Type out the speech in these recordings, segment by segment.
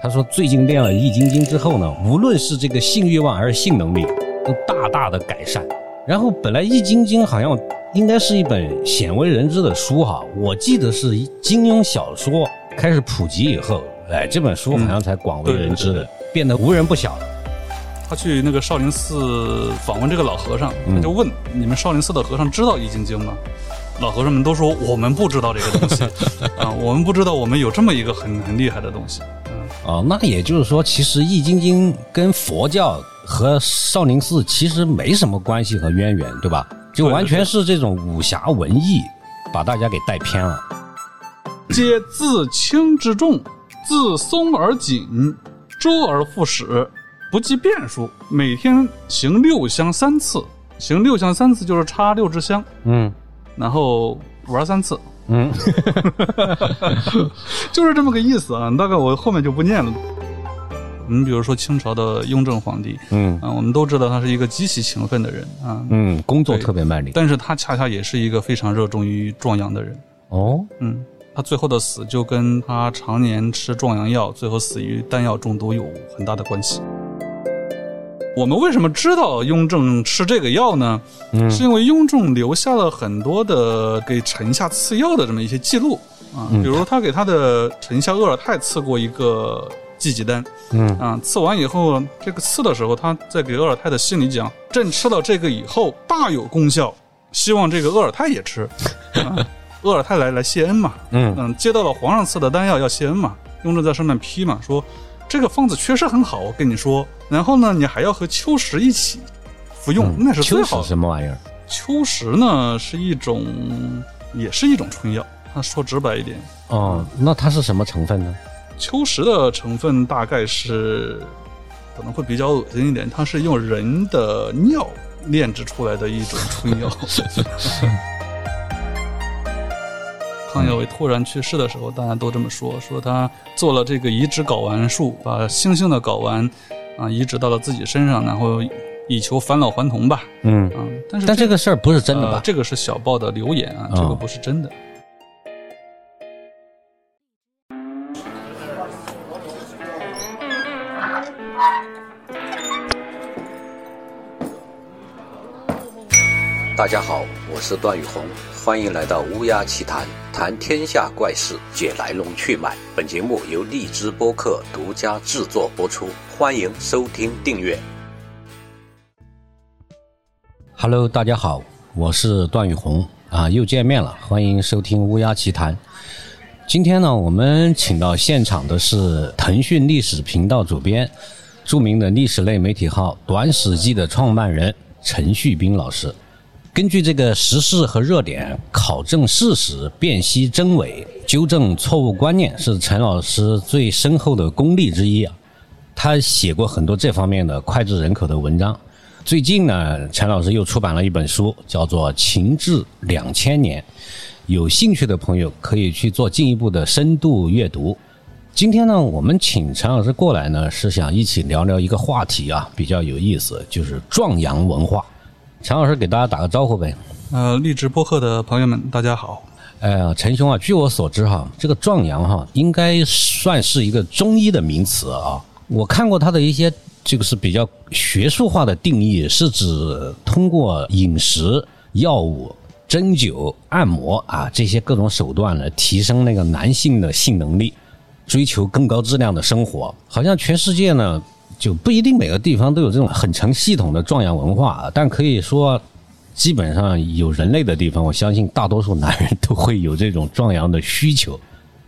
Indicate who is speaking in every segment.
Speaker 1: 他说最近练了易筋经之后呢，无论是这个性欲望还是性能力，都大大的改善。然后本来易筋经好像应该是一本鲜为人知的书哈，我记得是金庸小说开始普及以后，哎，这本书好像才广为人知的，
Speaker 2: 嗯对对对
Speaker 1: 变得无人不晓了。
Speaker 2: 他去那个少林寺访问这个老和尚，他就问、你们少林寺的和尚知道易筋经吗？老和尚们都说我们不知道这个东西啊，我们不知道我们有这么一个很很厉害的东西。
Speaker 1: 哦，那也就是说，其实易筋经跟佛教和少林寺其实没什么关系和渊源，对吧？就
Speaker 2: 对对
Speaker 1: 完全是这种武侠文艺把大家给带偏了。
Speaker 2: 皆自轻至重，自松而紧，周而复始，不计变数。每天行六香三次，行六香三次就是插六支香，
Speaker 1: 嗯
Speaker 2: 然后玩三次，
Speaker 1: 嗯，
Speaker 2: 就是这么个意思啊。大概我后面就不念了。你、比如说清朝的雍正皇帝，
Speaker 1: 嗯
Speaker 2: 啊，我们都知道他是一个极其勤奋的人啊，
Speaker 1: 嗯，工作
Speaker 2: 对
Speaker 1: 特别卖力。
Speaker 2: 但是他恰恰也是一个非常热衷于壮阳的人。
Speaker 1: 哦，
Speaker 2: 嗯，他最后的死就跟他常年吃壮阳药，最后死于丹药中毒有很大的关系。我们为什么知道雍正吃这个药呢？
Speaker 1: 嗯
Speaker 2: 是因为雍正留下了很多的给臣下赐药的这么一些记录啊，
Speaker 1: 嗯
Speaker 2: 比如他给他的臣下鄂尔泰赐过一个济济丹，
Speaker 1: 嗯
Speaker 2: 啊，刺完以后，这个刺的时候，他在给鄂尔泰的信里讲，朕吃了这个以后大有功效，希望这个鄂尔泰 也吃。啊鄂尔泰来来谢恩嘛，
Speaker 1: 嗯
Speaker 2: 嗯，接到了皇上赐的丹药要谢恩嘛，雍正在上面批嘛，说这个方子确实很好，我跟你说，然后呢，你还要和秋实一起服用，那是
Speaker 1: 嗯
Speaker 2: 最
Speaker 1: 秋
Speaker 2: 好
Speaker 1: 实
Speaker 2: 的。
Speaker 1: 什么玩意儿？
Speaker 2: 秋实呢是一种，也是一种春药，那说直白一点，
Speaker 1: 哦，那它是什么成分呢？
Speaker 2: 秋实的成分大概是可能会比较恶心一点，它是用人的尿炼制出来的一种春 药。康有为突然去世的时候，大家都这么说，说他做了这个移植睾丸术，把猩猩的睾丸啊移植到了自己身上，然后以求返老还童吧。
Speaker 1: 嗯，
Speaker 2: 啊，但是
Speaker 1: 但这个事儿不是真的
Speaker 2: 呃
Speaker 1: 吧？
Speaker 2: 这个是小报的留言啊，
Speaker 1: 哦
Speaker 2: 这个不是真的。
Speaker 3: 大家好，我是段宇红，欢迎来到乌鸦奇谈，谈天下怪事，解来龙去脉。本节目由荔枝播客独家制作播出，欢迎收听订阅。
Speaker 1: Hello，大家好，我是段宇红啊，又见面了，欢迎收听《乌鸦奇谈》。今天呢，我们请到现场的是腾讯历史频道主编、著名的历史类媒体号《短史记》的创办人陈旭斌老师。根据这个时事和热点，考证事实，辨析真伪，纠正错误观念，是陈老师最深厚的功力之一啊。他写过很多这方面的脍炙人口的文章。最近呢，陈老师又出版了一本书，叫做《秦制两千年》，有兴趣的朋友可以去做进一步的深度阅读。今天呢，我们请陈老师过来呢，是想一起聊聊一个话题啊，比较有意思，就是壮阳文化。陈老师给大家打个招呼呗。
Speaker 2: 呃，荔枝播客的朋友们，大家好。
Speaker 1: 呃，陈兄啊，据我所知哈，这个壮阳哈，应该算是一个中医的名词啊。我看过它的一些，这个是比较学术化的定义，是指通过饮食、药物、针灸、按摩啊这些各种手段来提升那个男性的性能力，追求更高质量的生活。好像全世界呢，就不一定每个地方都有这种很成系统的壮阳文化，啊，但可以说基本上有人类的地方，我相信大多数男人都会有这种壮阳的需求。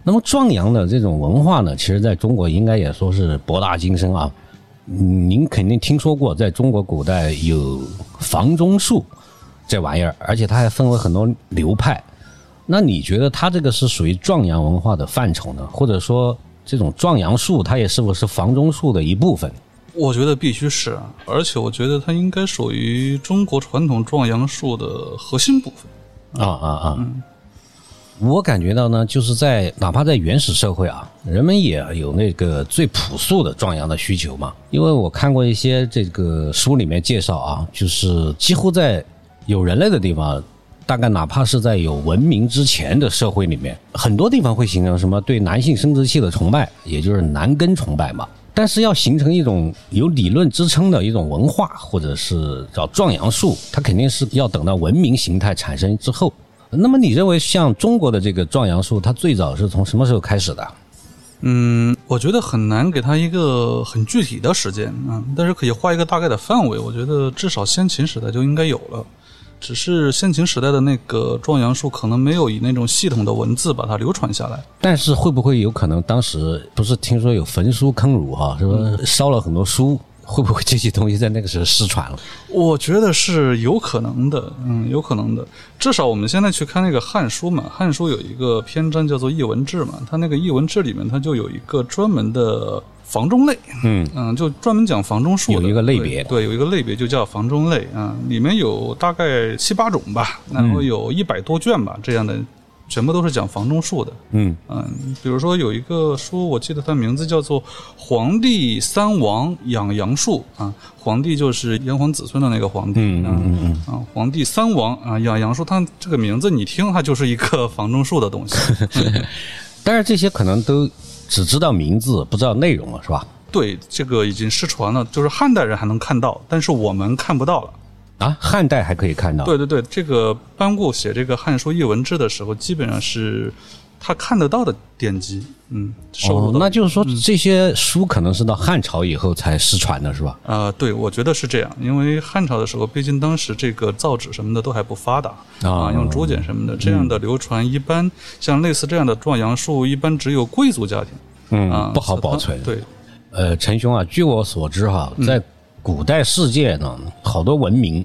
Speaker 1: 那么壮阳的这种文化呢，其实在中国应该也说是博大精深啊。嗯您肯定听说过，在中国古代有房中术这玩意儿，而且它还分为很多流派。那你觉得它这个是属于壮阳文化的范畴呢，或者说这种壮阳术，它也是不是房中术的一部分？
Speaker 2: 我觉得必须是啊，而且我觉得它应该属于中国传统壮阳术的核心部分。
Speaker 1: 啊啊啊！我感觉到呢，就是在哪怕在原始社会啊，人们也有那个最朴素的壮阳的需求嘛。因为我看过一些这个书里面介绍啊，就是几乎在有人类的地方，大概哪怕是在有文明之前的社会里面，很多地方会形成什么对男性生殖器的崇拜，也就是男根崇拜嘛。但是要形成一种有理论支撑的一种文化，或者是叫壮阳术，它肯定是要等到文明形态产生之后。那么你认为像中国的这个壮阳术，它最早是从什么时候开始的？
Speaker 2: 嗯，我觉得很难给他一个很具体的时间啊、嗯，但是可以画一个大概的范围。我觉得至少先秦时代就应该有了，只是先秦时代的那个壮阳术可能没有以那种系统的文字把它流传下来。
Speaker 1: 但是会不会有可能当时不是听说有焚书坑儒哈、是
Speaker 2: 嗯
Speaker 1: 吧？烧了很多书，会不会这些东西在那个时候失传了？
Speaker 2: 我觉得是有可能的，嗯，有可能的。至少我们现在去看那个《汉书》嘛，《汉书》有一个篇章叫做《艺文志》嘛，它那个《艺文志》里面它就有一个专门的房中类，
Speaker 1: 嗯
Speaker 2: 嗯，就专门讲房中术的
Speaker 1: 有一个类别
Speaker 2: 对，对有一个类别就叫房中类啊、嗯里面有大概七八种吧，然
Speaker 1: 嗯
Speaker 2: 后有一百多卷吧这样的，全部都是讲房中术的。
Speaker 1: 嗯，
Speaker 2: 嗯，比如说有一个书，我记得它名字叫做《皇帝三王养阳术》啊，皇帝就是炎黄子孙的那个皇帝，
Speaker 1: 嗯嗯嗯
Speaker 2: 啊，皇帝三王啊养阳术，它这个名字你听它就是一个房中术 的东西，
Speaker 1: 但是这些可能都只知道名字，不知道内容了，是吧？
Speaker 2: 对，这个已经失传了，就是汉代人还能看到，但是我们看不到了。
Speaker 1: 啊，汉代还可以看到，
Speaker 2: 对对对，这个班固写这个《汉书艺文志》的时候，基本上是他看得到的典籍，嗯，收
Speaker 1: 哦
Speaker 2: 录，的。
Speaker 1: 那就是说这些书可能是到汉朝以后才失传的，是吧？
Speaker 2: 呃，对，我觉得是这样，因为汉朝的时候，毕竟当时这个造纸什么的都还不发达
Speaker 1: 啊
Speaker 2: 啊，用竹简什么的，这样的流传一般，像类似这样的壮阳术，一般只有贵族家庭
Speaker 1: 嗯，
Speaker 2: 啊，
Speaker 1: 不好
Speaker 2: 所以它
Speaker 1: 保存。
Speaker 2: 对，
Speaker 1: 呃，陈兄啊，据我所知哈，在古代世界呢，好多文明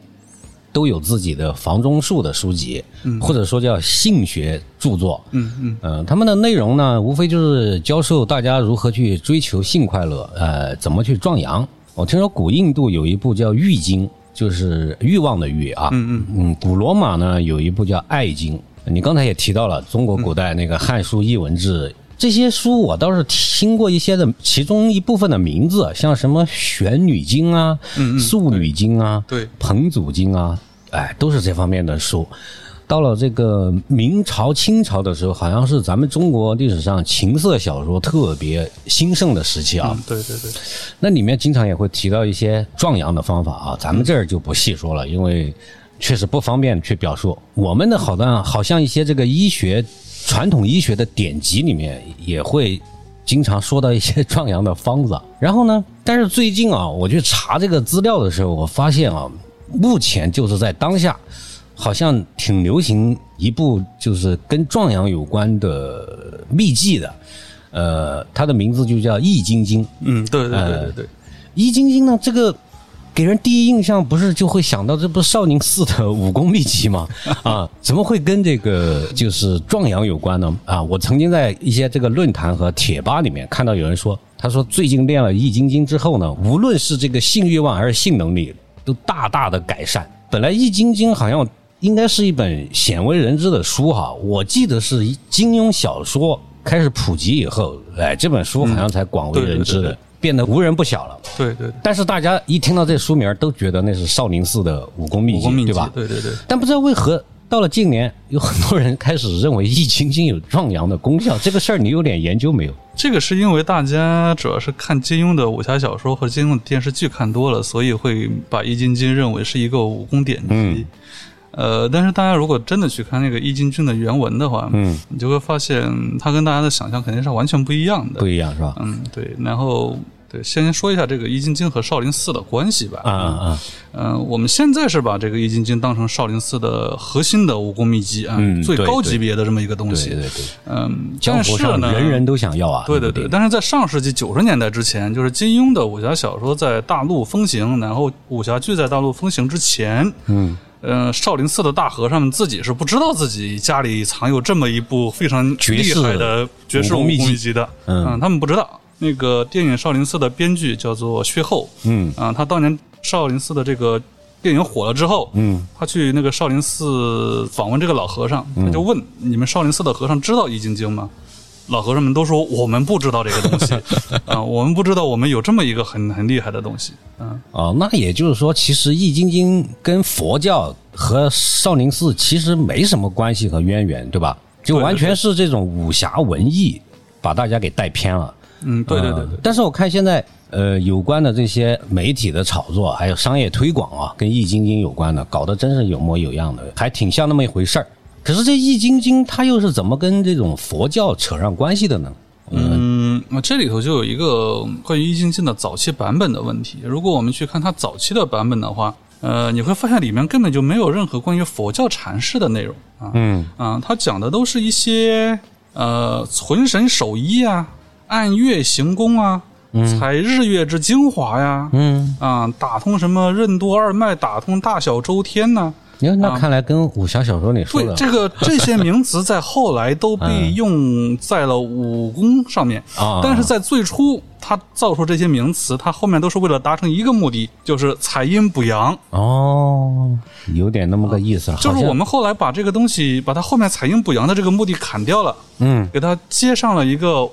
Speaker 1: 都有自己的房中术的书籍，或者说叫性学著作。
Speaker 2: 嗯嗯
Speaker 1: 嗯，他们的内容呢，无非就是教授大家如何去追求性快乐，呃，怎么去壮阳。我听说古印度有一部叫《欲经》，就是欲望的欲啊。嗯嗯嗯。古罗马呢有一部叫《爱经》，你刚才也提到了中国古代那个《汉书》《艺文志》这些书，我倒是听过一些的，其中一部分的名字，像什么《玄女经》啊，《素女经》啊，
Speaker 2: 对
Speaker 1: 彭祖经啊，哎，都是这方面的书。到了这个明朝、清朝的时候，好像是咱们中国历史上情色小说特别兴盛的时期啊。
Speaker 2: 嗯，对对对，
Speaker 1: 那里面经常也会提到一些壮阳的方法啊，咱们这儿就不细说了，因为确实不方便去表述。我们的好像好像一些这个医学传统医学的典籍里面也会经常说到一些壮阳的方子。然后呢，但是最近啊，我去查这个资料的时候，我发现啊，目前就是在当下。好像挺流行一部就是跟壮阳有关的秘籍的，呃，它的名字就叫《易筋经》。
Speaker 2: 嗯，对对对对对，
Speaker 1: 易筋经呢，这个给人第一印象不是就会想到这不是少林寺的武功秘籍 吗？啊，怎么会跟这个就是壮阳有关呢？啊，我曾经在一些这个论坛和贴吧里面看到有人说，他说最近练了易筋经之后呢，无论是这个性欲望还是性能力，都大大的改善。本来易筋经好像应该是一本鲜为人知的书哈，我记得是金庸小说开始普及以后，哎，这本书好像才广为
Speaker 2: 嗯对
Speaker 1: 人知的，
Speaker 2: 对对对
Speaker 1: 变得无人不晓了。
Speaker 2: 对对对
Speaker 1: 但是大家一听到这书名儿都觉得那是少林寺的武功秘
Speaker 2: 武
Speaker 1: 籍
Speaker 2: 功，秘籍
Speaker 1: 对吧？
Speaker 2: 对对对，
Speaker 1: 但不知道为何到了近年，有很多人开始认为易筋经有壮阳的功效，这个事儿你有点研究没有？
Speaker 2: 这个是因为大家主要是看金庸的武侠小说和金庸的电视剧看多了，所以会把《易筋经》认为是一个武功典籍。
Speaker 1: 嗯
Speaker 2: 呃，但是大家如果真的去看那个《易筋经》的原文的话，
Speaker 1: 嗯，
Speaker 2: 你就会发现它跟大家的想象肯定是完全不一样的。
Speaker 1: 不，一样是吧？
Speaker 2: 嗯，对。然后，对，先说一下这个《易筋经》和少林寺的关系吧。
Speaker 1: 啊啊啊！
Speaker 2: 嗯、我们现在是把这个《易筋经》当成少林寺的核心的武功秘籍啊，
Speaker 1: 嗯
Speaker 2: 最
Speaker 1: 对
Speaker 2: 高
Speaker 1: 对
Speaker 2: 级别的这么一个东
Speaker 1: 对
Speaker 2: 西。
Speaker 1: 对对，
Speaker 2: 嗯，
Speaker 1: 江
Speaker 2: 但
Speaker 1: 湖
Speaker 2: 是
Speaker 1: 上
Speaker 2: 呢，
Speaker 1: 人人都想要啊。
Speaker 2: 对对
Speaker 1: 不
Speaker 2: 对，但是在上世纪九十年代之前，就是金庸的武侠小说在大陆风行，然后武侠剧在大陆风行之前，
Speaker 1: 嗯，
Speaker 2: 呃，少林寺的大和尚们自己是不知道自己家里藏有这么一部非常
Speaker 1: 绝
Speaker 2: 厉
Speaker 1: 世
Speaker 2: 害的绝世武功
Speaker 1: 武功秘籍
Speaker 2: 秘籍的，
Speaker 1: 嗯
Speaker 2: 他们不知道。那个电影《少林寺》的编剧叫做薛后，
Speaker 1: 嗯
Speaker 2: 啊，他当年少林寺的这个电影火了之后，
Speaker 1: 嗯，
Speaker 2: 他去那个少林寺访问这个老和尚，他就问、你们少林寺的和尚知道易筋经吗？老和尚们都说我们不知道这个东 西啊，我们不知道我们有这么一个很很厉害的东西。嗯，
Speaker 1: 哦，那也就是说，其实《易筋经》跟佛教和少林寺其实没什么关系和渊源，对吧？就
Speaker 2: 对对
Speaker 1: 完全是这种武侠文艺把大家给带偏了。
Speaker 2: 嗯，对对对
Speaker 1: 嗯
Speaker 2: 对，
Speaker 1: 但是我看现在呃有关的这些媒体的炒作，还有商业推广啊，跟《易筋经》有关的，搞得真是有模有样的，还挺像那么一回事儿。可是这《易筋经》它又是怎么跟这种佛教扯上关系的呢？
Speaker 2: 嗯，那这里头就有一个嗯关于易筋经的早期版本的问题。如果我们去看它早期的版本的话，呃，你会发现里面根本就没有任何关于佛教禅师的内容啊。
Speaker 1: 嗯
Speaker 2: 啊，他讲的都是一些呃浑神守一啊，按月行功啊，采日月之精华呀，
Speaker 1: 嗯，
Speaker 2: 啊，打通什么任督二脉，打通大小周天呐、
Speaker 1: 哟，那看来跟武侠小说里说
Speaker 2: 对，
Speaker 1: 的嗯
Speaker 2: 这个这些名词在后来都 被用在了武功上面，
Speaker 1: 啊
Speaker 2: 但是在最初他造出这些名词，他后面都是为了达成一个目的，就是采阴补阳。
Speaker 1: 哦，有点那么个意思了，
Speaker 2: 就是
Speaker 1: 好像
Speaker 2: 我们后来把这个东西，把它后面采阴补阳的这个目的砍掉了，
Speaker 1: 嗯
Speaker 2: 给它接上了一个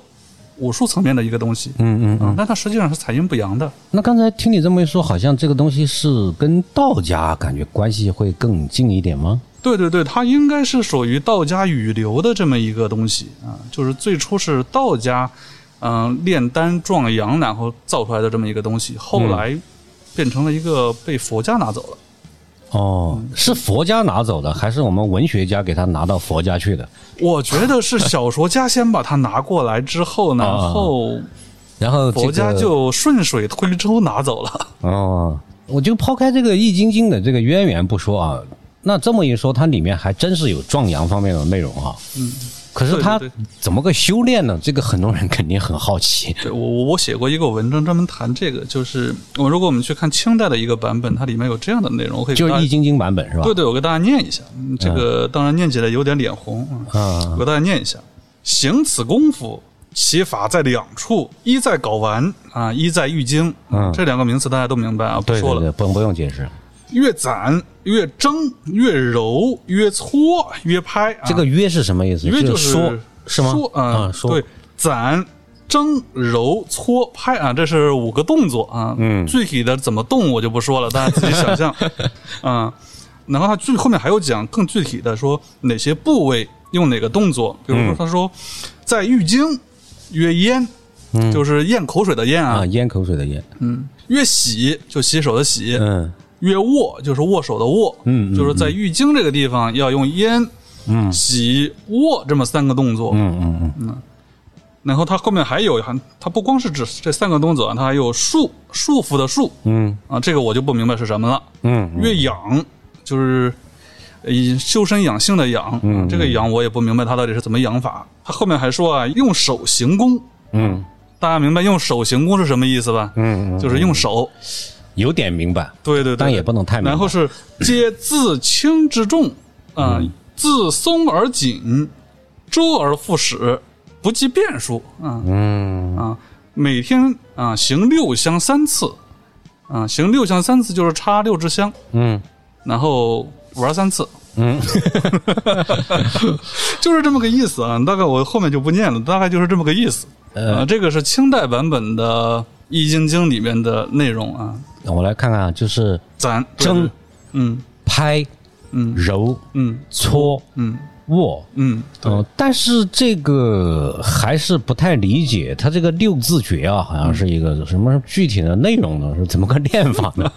Speaker 2: 武术层面的一个东西。
Speaker 1: 嗯嗯嗯。
Speaker 2: 啊，但它实际上是采阴补阳的。
Speaker 1: 那刚才听你这么一说，好像这个东西是跟道家感觉关系会更近一点吗？
Speaker 2: 对对对，它应该是属于道家语流的这么一个东西啊，就是最初是道家，嗯、炼丹壮阳，然后造出来的这么一个东西，后来变成了一个被佛家拿走了。
Speaker 1: 哦，是佛家拿走的，还是我们文学家给他拿到佛家去的？
Speaker 2: 我觉得是小说家先把它拿过来之后，然后
Speaker 1: 然啊后、这个、
Speaker 2: 佛家就顺水推舟拿 走了。
Speaker 1: 哦，我就抛开这个《易筋经》的这个渊源不说啊，那这么一说，它里面还真是有壮阳方面的内容啊。嗯，可是它
Speaker 2: 对对
Speaker 1: 怎么个修炼呢？这个很多人肯定很好 奇。
Speaker 2: 对我我我写过一个文章专门谈这个，就是我如果我们去看清代的一个版本，它里面有这样的内容，我可以
Speaker 1: 就
Speaker 2: 给
Speaker 1: 是
Speaker 2: 大
Speaker 1: 《
Speaker 2: 家
Speaker 1: 易筋经》版本是吧？
Speaker 2: 对对，我给大家念一下，嗯这个当然念起来有点脸红，嗯
Speaker 1: 啊
Speaker 2: 我给大家念一下：行此功夫，其法在两处，一在睾丸啊，一在玉经。
Speaker 1: 嗯
Speaker 2: 这两个名词大家都明白啊，不
Speaker 1: 对
Speaker 2: 说
Speaker 1: 对
Speaker 2: 了。
Speaker 1: 对，不不用解
Speaker 2: 啊
Speaker 1: 释。
Speaker 2: 越攒越蒸越揉越搓越拍，啊
Speaker 1: 这个“约”是什么意思？
Speaker 2: 约就是
Speaker 1: 说，是吗？
Speaker 2: 说啊，
Speaker 1: 啊，说
Speaker 2: 对，攒。蒸、揉、搓、拍啊，这是五个动作啊。
Speaker 1: 嗯
Speaker 2: 具体的怎么动我就不说了，大家自己 想象。啊，然后他最后面还有讲更具体的，说哪些部位用哪个动作。比
Speaker 1: 嗯
Speaker 2: 如说，他说在浴经曰咽，就是咽口水的咽啊
Speaker 1: 嗯啊，；咽口水的咽。
Speaker 2: 嗯，曰洗就洗手的洗，
Speaker 1: 嗯
Speaker 2: 曰握就是握手的握，
Speaker 1: 嗯嗯
Speaker 2: 就是在浴经这个地方要用咽、
Speaker 1: 嗯
Speaker 2: 洗、握这么三个动作。
Speaker 1: 嗯嗯嗯，
Speaker 2: 然后它后面还有，还它不光是指这三个动作啊，它还有束束缚的束
Speaker 1: 嗯
Speaker 2: 啊，这个我就不明白是什么了。
Speaker 1: 嗯嗯
Speaker 2: 越养就是以修身养性的养，
Speaker 1: 嗯
Speaker 2: 这个养我也不明白它到底是怎么养法。它后面还说啊，用手行功，
Speaker 1: 嗯
Speaker 2: 大家明白用手行功是什么意思吧？
Speaker 1: 嗯，
Speaker 2: 就是用手，
Speaker 1: 有点明白，
Speaker 2: 对对对，
Speaker 1: 但也不能太明白。
Speaker 2: 然后是皆自轻之重，啊、
Speaker 1: 嗯
Speaker 2: 自松而紧，周而复始，不计变数，啊、
Speaker 1: 嗯
Speaker 2: 啊，每天啊行六香三次，啊行六香三次就是插六支香，
Speaker 1: 嗯
Speaker 2: 然后玩三次，
Speaker 1: 嗯，
Speaker 2: 就是这么个意思啊。大概我后面就不念了，大概就是这么个意思。
Speaker 1: 呃
Speaker 2: 啊，这个是清代版本的《易筋经》里面的内容啊。
Speaker 1: 我来看看啊，就是
Speaker 2: 咱
Speaker 1: 蒸、，
Speaker 2: 嗯
Speaker 1: 拍、
Speaker 2: 嗯
Speaker 1: 揉、
Speaker 2: 嗯
Speaker 1: 搓、
Speaker 2: 嗯
Speaker 1: 握。
Speaker 2: 嗯，对，
Speaker 1: 嗯，但是这个还是不太理解，它这个六字诀啊，好像是一
Speaker 2: 嗯
Speaker 1: 个什么具体的内容呢？是怎么个练法 呢？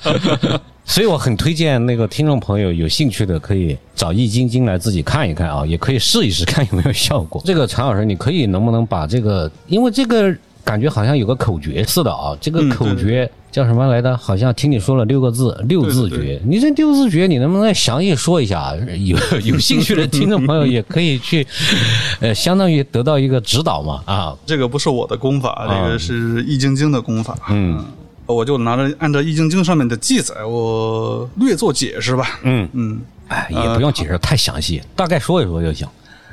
Speaker 1: 所以我很推荐那个听众朋友有兴趣的，可以找《易筋经》来自己看一看啊，也可以试一试看有没有效果。这个常老师，你可以能不能把这个，因为这个感觉好像有个口诀似的啊，这个
Speaker 2: 嗯
Speaker 1: 口
Speaker 2: 对对
Speaker 1: 诀叫什么来着？好像听你说了六个字，六字诀。
Speaker 2: 对对
Speaker 1: 你这六字诀，你能不能详细说一下？ 有有兴趣的听众朋友也可以去，呃，相当于得到一个指导嘛啊，
Speaker 2: 这个不是我的功法，
Speaker 1: 啊
Speaker 2: 这个是《易筋经》的功法。呃
Speaker 1: 嗯
Speaker 2: 我就拿着按照《易筋经》上面的记载，我略作解释吧。
Speaker 1: 嗯，
Speaker 2: 嗯，
Speaker 1: 哎，也不用解释太详细，大概说一说就行。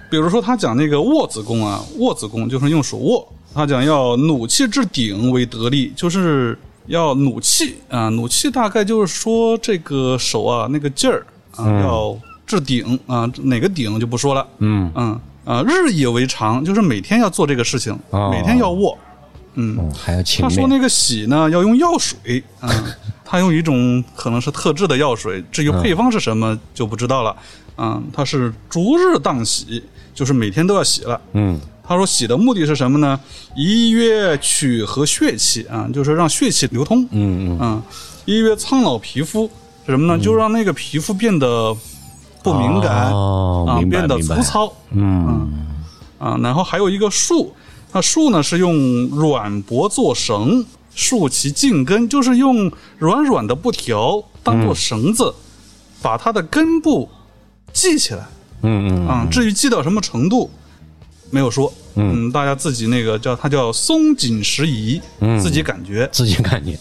Speaker 2: 比如说他讲那个握子功啊，握子功就是用手握。他讲要努气至顶为得力，就是要努气啊，努气大概就是说这个手啊那个劲儿啊、要至顶啊，哪个顶就不说了。
Speaker 1: 嗯
Speaker 2: 嗯啊、呃，日以为常，就是每天要做这个事情，
Speaker 1: 哦
Speaker 2: 每天要握。嗯，
Speaker 1: 嗯，还要勤
Speaker 2: 他说
Speaker 1: 勉
Speaker 2: 那个洗呢要用药水，嗯、 他用一种可能是特制的药水，至于配方是什么就不知道了。嗯，他是逐日当洗，就是每天都要洗了。
Speaker 1: 嗯，
Speaker 2: 他说洗的目的是什么呢？一曰取和血气啊，就是让血气流通。
Speaker 1: 嗯
Speaker 2: 嗯，一曰苍老皮肤是什么呢？就让那个皮肤变得不敏感、
Speaker 1: 哦
Speaker 2: 啊，
Speaker 1: 明白
Speaker 2: 变得粗糙。
Speaker 1: 嗯
Speaker 2: 啊，然后还有一个树，那树呢是用软柏做绳，竖其茎根，就是用软软的布条当做绳子，把它的根部系起来。
Speaker 1: 嗯嗯
Speaker 2: 啊，至于系到什么程度，没有说。
Speaker 1: 嗯
Speaker 2: 大家自己那个叫它叫松紧时宜，
Speaker 1: 嗯
Speaker 2: 自己感觉。
Speaker 1: 自己感觉，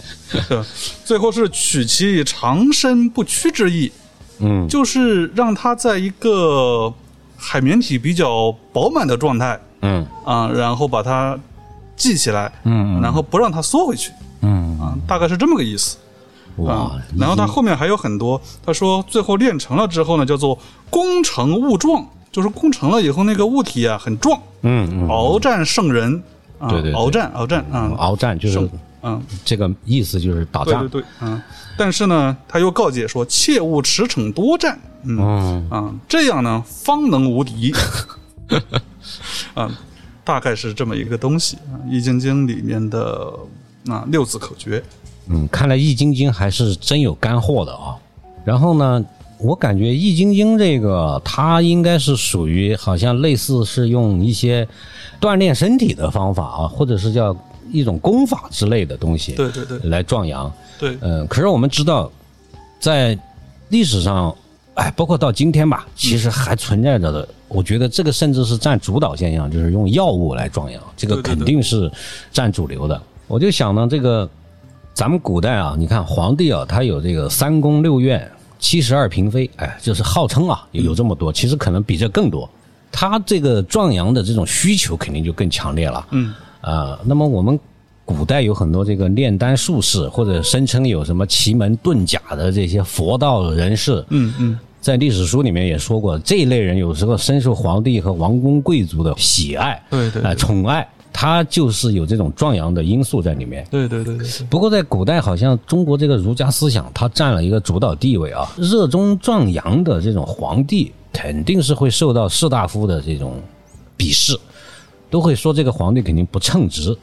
Speaker 2: 对，最后是取其长身不屈之意，
Speaker 1: 嗯
Speaker 2: 就是让它在一个海绵体比较饱满的状态
Speaker 1: 嗯
Speaker 2: 啊，然后把它系起来，
Speaker 1: 嗯
Speaker 2: 然后不让它缩回去
Speaker 1: 嗯，
Speaker 2: 啊，大概是这么个意思啊
Speaker 1: 哇。，
Speaker 2: 然后他后面还有很多，他说最后练成了之后呢，叫做攻城物壮，就是攻城了以后那个物体啊很壮，
Speaker 1: 嗯嗯，
Speaker 2: 鏖战胜人啊，
Speaker 1: 对对对
Speaker 2: 鏖战鏖战啊，
Speaker 1: 鏖战就是
Speaker 2: 嗯，
Speaker 1: 这个意思，就是打
Speaker 2: 对
Speaker 1: 仗
Speaker 2: 对。对，嗯。但是呢，他又告诫说，切勿驰骋多战，嗯
Speaker 1: 嗯，
Speaker 2: 啊，这样呢方能 无敌。啊，大概是这么一个东西，啊《易筋经》里面的啊六字口诀。
Speaker 1: 嗯，看来《易筋经》还是真有干货的啊。然后呢，我感觉《易筋经》这个它应该是属于好像类似是用一些锻炼身体的方法啊，或者是叫一种功法之类的东西，
Speaker 2: 对对对
Speaker 1: 来壮阳。
Speaker 2: 对，
Speaker 1: 嗯，可是我们知道，在历史上，哎，包括到今天吧，其实还存在着的。我觉得这个甚至是占主导现象，就是用药物来壮阳，这个
Speaker 2: 对对对
Speaker 1: 肯定是占主流的。我就想呢，这个咱们古代啊，你看皇帝啊，他有这个三宫六院、七十二嫔妃，哎，就是号称啊有这么多，其实可能比这更多。他这个壮阳的这种需求肯定就更强烈了。
Speaker 2: 嗯
Speaker 1: 啊、那么我们古代有很多这个炼丹术士，或者声称有什么奇门遁甲的这些佛道人士，
Speaker 2: 嗯嗯，
Speaker 1: 在历史书里面也说过，这一类人有时候深受皇帝和王公贵族的喜爱，
Speaker 2: 对对
Speaker 1: 啊、
Speaker 2: 对
Speaker 1: 宠爱，他就是有这种壮阳的因素在里面。
Speaker 2: 对对对对对，
Speaker 1: 不过在古代，好像中国这个儒家思想，它占了一个主导地位啊。热衷壮阳的这种皇帝，肯定是会受到士大夫的这种鄙视，都会说这个皇帝肯定不称职。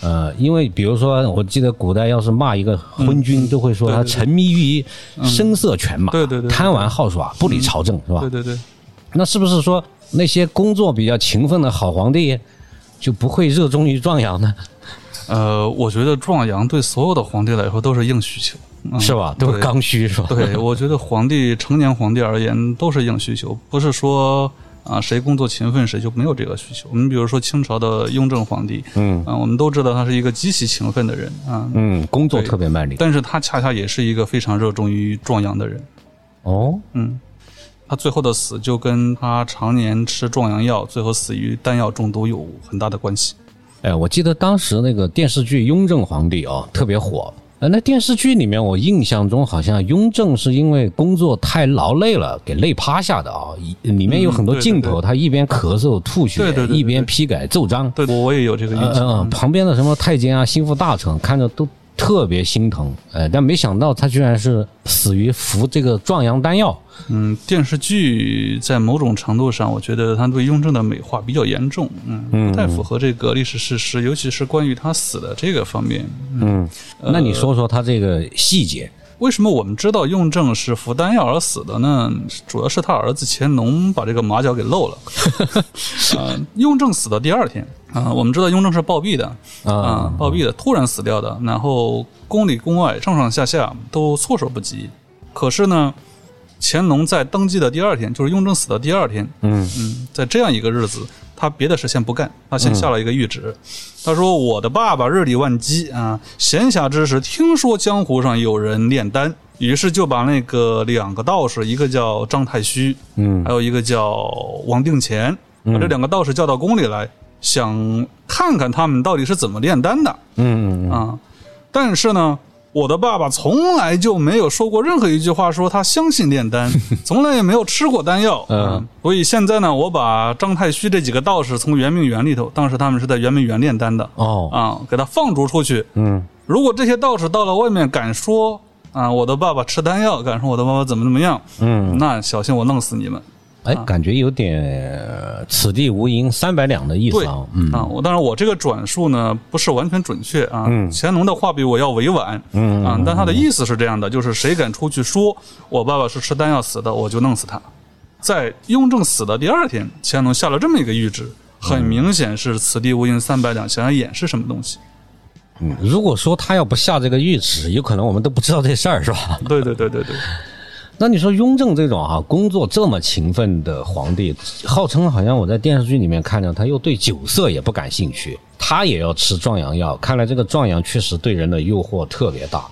Speaker 1: 呃，因为比如说，我记得古代要是骂一个昏
Speaker 2: 嗯
Speaker 1: 君，都会说他沉迷于声色犬马，
Speaker 2: 对对对对
Speaker 1: 贪玩好耍，不理朝政，是吧？
Speaker 2: 对对对，
Speaker 1: 那是不是说那些工作比较勤奋的好皇帝，就不会热衷于壮阳呢？
Speaker 2: 呃，我觉得壮阳对所有的皇帝来说都是硬需求，嗯、
Speaker 1: 是吧？都是
Speaker 2: 对
Speaker 1: 刚需，是吧？
Speaker 2: 对，我觉得皇帝成年皇帝而言都是硬需求，不是说啊谁工作勤奋谁就没有这个需求。我们比如说清朝的雍正皇帝，
Speaker 1: 嗯
Speaker 2: 啊，我们都知道他是一个极其勤奋的人啊，
Speaker 1: 嗯，工作特别卖力。
Speaker 2: 但是他恰恰也是一个非常热衷于壮阳的人，
Speaker 1: 哦，
Speaker 2: 嗯。他最后的死就跟他常年吃壮阳药，最后死于丹药中毒有很大的关系。
Speaker 1: 哎，我记得当时那个电视剧《雍正皇帝》哦，特别火。呃，那电视剧里面，我印象中好像雍正是因为工作太劳累了，给累趴下的啊、一里面有很多
Speaker 2: 嗯对对
Speaker 1: 镜头，
Speaker 2: 对
Speaker 1: 他一边咳嗽吐血，
Speaker 2: 对对对对
Speaker 1: 一边批改奏章。
Speaker 2: 对，我也有这个印
Speaker 1: 嗯
Speaker 2: 象。
Speaker 1: 嗯嗯，旁边的什么太监啊、心腹大臣看着都特别心疼。哎，但没想到他居然是死于服这个壮阳丹药。
Speaker 2: 嗯，电视剧在某种程度上，我觉得他对雍正的美化比较严重，嗯，不太符合这个历史事实，尤其是关于他死的这个方面。嗯
Speaker 1: 嗯，那你说说他这个细节？
Speaker 2: 为什么我们知道雍正是服丹药而死的呢？主要是他儿子乾隆把这个马脚给漏了。啊、雍正死的第二天啊、我们知道雍正是暴毙的啊、暴毙的，突然死掉的，然后宫里宫外上上下下都措手不及。可是呢，乾隆在登基的第二天，就是雍正死的第二天，
Speaker 1: 嗯
Speaker 2: 嗯，在这样一个日子，他别的事先不干，他先下了一个谕旨，他说：“我的爸爸日理万机啊，闲暇之时听说江湖上有人炼丹，于是就把那个两个道士，一个叫张太虚，
Speaker 1: 嗯
Speaker 2: 还有一个叫王定乾，把这两个道士叫到宫里来，想看看他们到底是怎么炼丹的
Speaker 1: 嗯嗯
Speaker 2: 啊。但是呢，我的爸爸从来就没有说过任何一句话说他相信 炼丹，从来也没有吃过丹药。
Speaker 1: 嗯
Speaker 2: 嗯，所以现在呢，我把张太虚这几个道士从圆明园里头，当时他们是在圆明园炼丹的
Speaker 1: 哦，
Speaker 2: 啊、给他放逐出去。
Speaker 1: 嗯
Speaker 2: 如果这些道士到了外面敢说啊、我的爸爸吃丹药，敢说我的爸爸怎么怎么样，
Speaker 1: 嗯，
Speaker 2: 那小心我弄死你们。
Speaker 1: 哎，感觉有点呃此地无银三百两的意思啊，嗯
Speaker 2: 啊，我当然我这个转述呢不是完全准确啊，乾隆的话比我要委婉，
Speaker 1: 嗯
Speaker 2: 啊，但他的意思是这样的，就是谁敢出去说我爸爸是吃丹药死的，我就弄死他。在雍正死的第二天，乾隆下了这么一个谕旨，
Speaker 1: 嗯
Speaker 2: 很明显是此地无银三百两，想要掩饰什么东西。
Speaker 1: 嗯，如果说他要不下这个谕旨，有可能我们都不知道这事儿，是吧？
Speaker 2: 对对对对对，
Speaker 1: 那你说雍正这种啊，工作这么勤奋的皇帝，号称好像我在电视剧里面看到，他又对酒色也不感兴趣，他也要吃壮阳药。看来这个壮阳确实对人的诱惑特别大，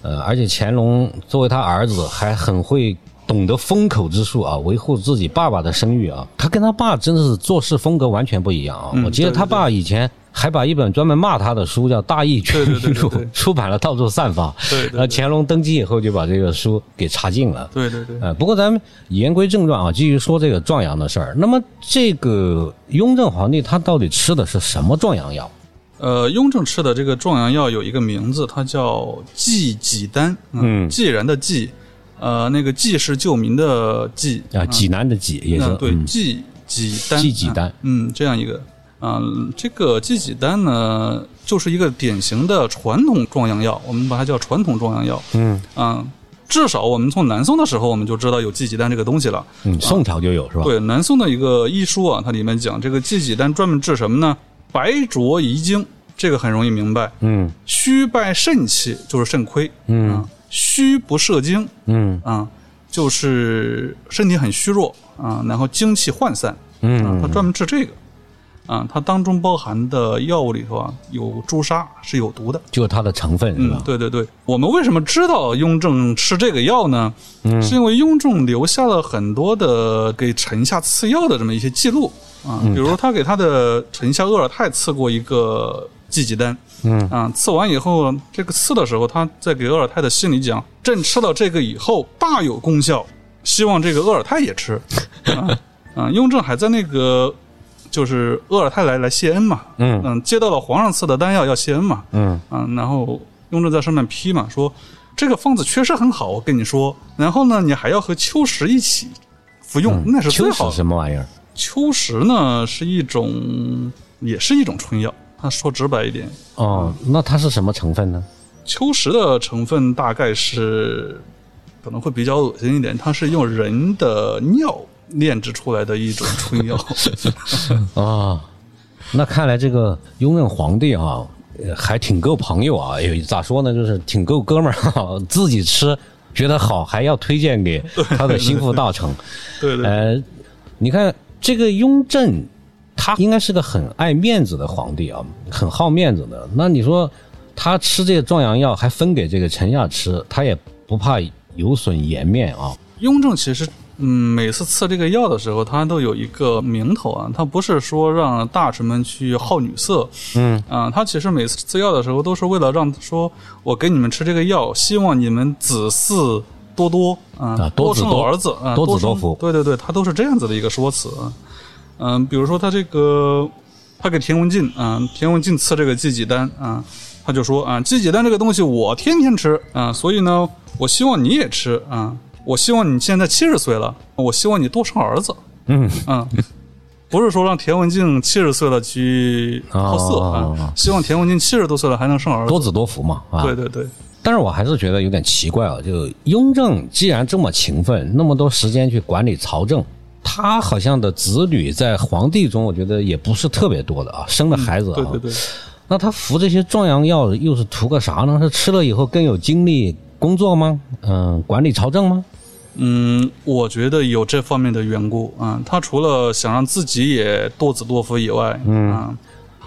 Speaker 1: 呃，而且乾隆作为他儿子，还很会懂得风口之术啊，维护自己爸爸的声誉啊。他跟他爸真的是做事风格完全不一样啊。
Speaker 2: 嗯
Speaker 1: 我记得
Speaker 2: 对
Speaker 1: 他
Speaker 2: 对
Speaker 1: 爸以前还把一本专门骂他的书叫《大义全
Speaker 2: 对对
Speaker 1: 语
Speaker 2: 对对
Speaker 1: 录
Speaker 2: 对》
Speaker 1: 出版了，到处散发。
Speaker 2: 对对对
Speaker 1: 然后乾隆登基以后就把这个书给查禁了。
Speaker 2: 对对对，
Speaker 1: 呃，不过咱们言归正传啊，继续说这个壮阳的事儿。那么这个雍正皇帝他到底吃的是什么壮阳药？
Speaker 2: 呃，雍正吃的这个壮阳药有一个名字，它叫济济丹，
Speaker 1: 嗯
Speaker 2: 济人的济，呃，那个济是救民的济
Speaker 1: 啊，济南的济，也就是
Speaker 2: 嗯、对，
Speaker 1: 嗯
Speaker 2: 季己丹，
Speaker 1: 季己丹
Speaker 2: 嗯，嗯，这样一个，嗯，这个季己丹呢，就是一个典型的传统壮阳药，我们把它叫传统壮阳药，
Speaker 1: 嗯
Speaker 2: 嗯，至少我们从南宋的时候我们就知道有季己丹这个东西了，
Speaker 1: 嗯，宋朝就有是吧？
Speaker 2: 啊对，南宋的一个医书啊，它里面讲这个季己丹专门治什么呢？白浊遗精，这个很容易明白，
Speaker 1: 嗯
Speaker 2: 虚败肾气就是肾亏，
Speaker 1: 嗯
Speaker 2: 啊，虚不摄精，
Speaker 1: 嗯
Speaker 2: 啊，就是身体很虚弱啊，然后精气涣散啊，它
Speaker 1: 嗯
Speaker 2: 专门治这个啊，它当中包含的药物里头啊，有朱砂是有毒的。
Speaker 1: 就是它的成分是
Speaker 2: 嗯
Speaker 1: 吧，？
Speaker 2: 对对对，我们为什么知道雍正吃这个药呢？是因为雍正留下了很多的给臣下赐药的这么一些记录啊，比如他给他的臣下鄂尔泰赐过一个济济丹，
Speaker 1: 嗯
Speaker 2: 啊，赐完以后，这个赐的时候，他在给鄂尔泰的信里讲，朕吃了这个以后大有功效，希望这个鄂尔泰也吃。啊，啊雍正还在那个就是鄂尔泰来来谢恩嘛，
Speaker 1: 嗯
Speaker 2: 嗯，接到了皇上赐的丹药要谢恩嘛，
Speaker 1: 嗯
Speaker 2: 嗯，然后雍正在上面批嘛，说这个方子确实很好，我跟你说。然后呢，你还要和秋实一起服用，那是最
Speaker 1: 嗯秋
Speaker 2: 好
Speaker 1: 实
Speaker 2: 的。
Speaker 1: 什么玩意儿？
Speaker 2: 秋实呢是一种，也是一种春药。他说直白一点，
Speaker 1: 哦，那它是什么成分呢？
Speaker 2: 秋实的成分大概是可能会比较恶心一点，它是用人的尿炼制出来的一种春药。
Speaker 1: 啊，那看来这个雍正皇帝啊，呃还挺够朋友啊，哎呦，咋说呢，就是挺够哥们儿、啊，自己吃觉得好，还要推荐给他的心腹大臣。
Speaker 2: 对对对
Speaker 1: 呃，你看这个雍正，他应该是个很爱面子的皇帝啊，很好面子的。那你说他吃这个壮阳药，还分给这个臣下吃，他也不怕有损颜面啊。
Speaker 2: 雍正其实，嗯，每次赐这个药的时候，他都有一个名头啊，他不是说让大臣们去好女色，
Speaker 1: 嗯
Speaker 2: 啊，他其实每次赐药的时候，都是为了让说，我给你们吃这个药，希望你们子嗣多多
Speaker 1: 啊
Speaker 2: 啊，
Speaker 1: 多子
Speaker 2: 生
Speaker 1: 多
Speaker 2: 儿子啊，
Speaker 1: 多子
Speaker 2: 生
Speaker 1: 多福
Speaker 2: 对对对，他都是这样子的一个说辞啊。嗯，比如说他这个，他给田文镜啊，田文镜赐这个季己丹啊，他就说啊，季己丹这个东西我天天吃啊，所以呢，我希望你也吃啊，我希望你现在七十岁了，嗯我希望你多生儿子，
Speaker 1: 嗯
Speaker 2: 嗯，不是说让田文镜七十岁了去好色
Speaker 1: 哦
Speaker 2: 啊，希望田文镜七十多岁了还能生儿子
Speaker 1: 多，子多福嘛，啊，
Speaker 2: 对对对，
Speaker 1: 但是我还是觉得有点奇怪啊，就雍正既然这么勤奋，那么多时间去管理朝政，他好像的子女在皇帝中，我觉得也不是特别多的啊，生的孩子啊，
Speaker 2: 对对对，
Speaker 1: 那他服这些壮阳药又是图个啥呢？是吃了以后更有精力工作吗？嗯，管理朝政吗？
Speaker 2: 嗯，我觉得有这方面的缘故啊，他除了想让自己也多子多福以外，嗯。啊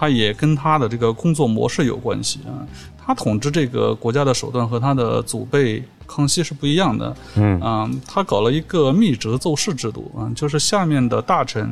Speaker 2: 他也跟他的这个工作模式有关系啊，他统治这个国家的手段和他的祖辈康熙是不一样嗯的。嗯啊，他搞了一个密折奏事制度啊，就是下面的大臣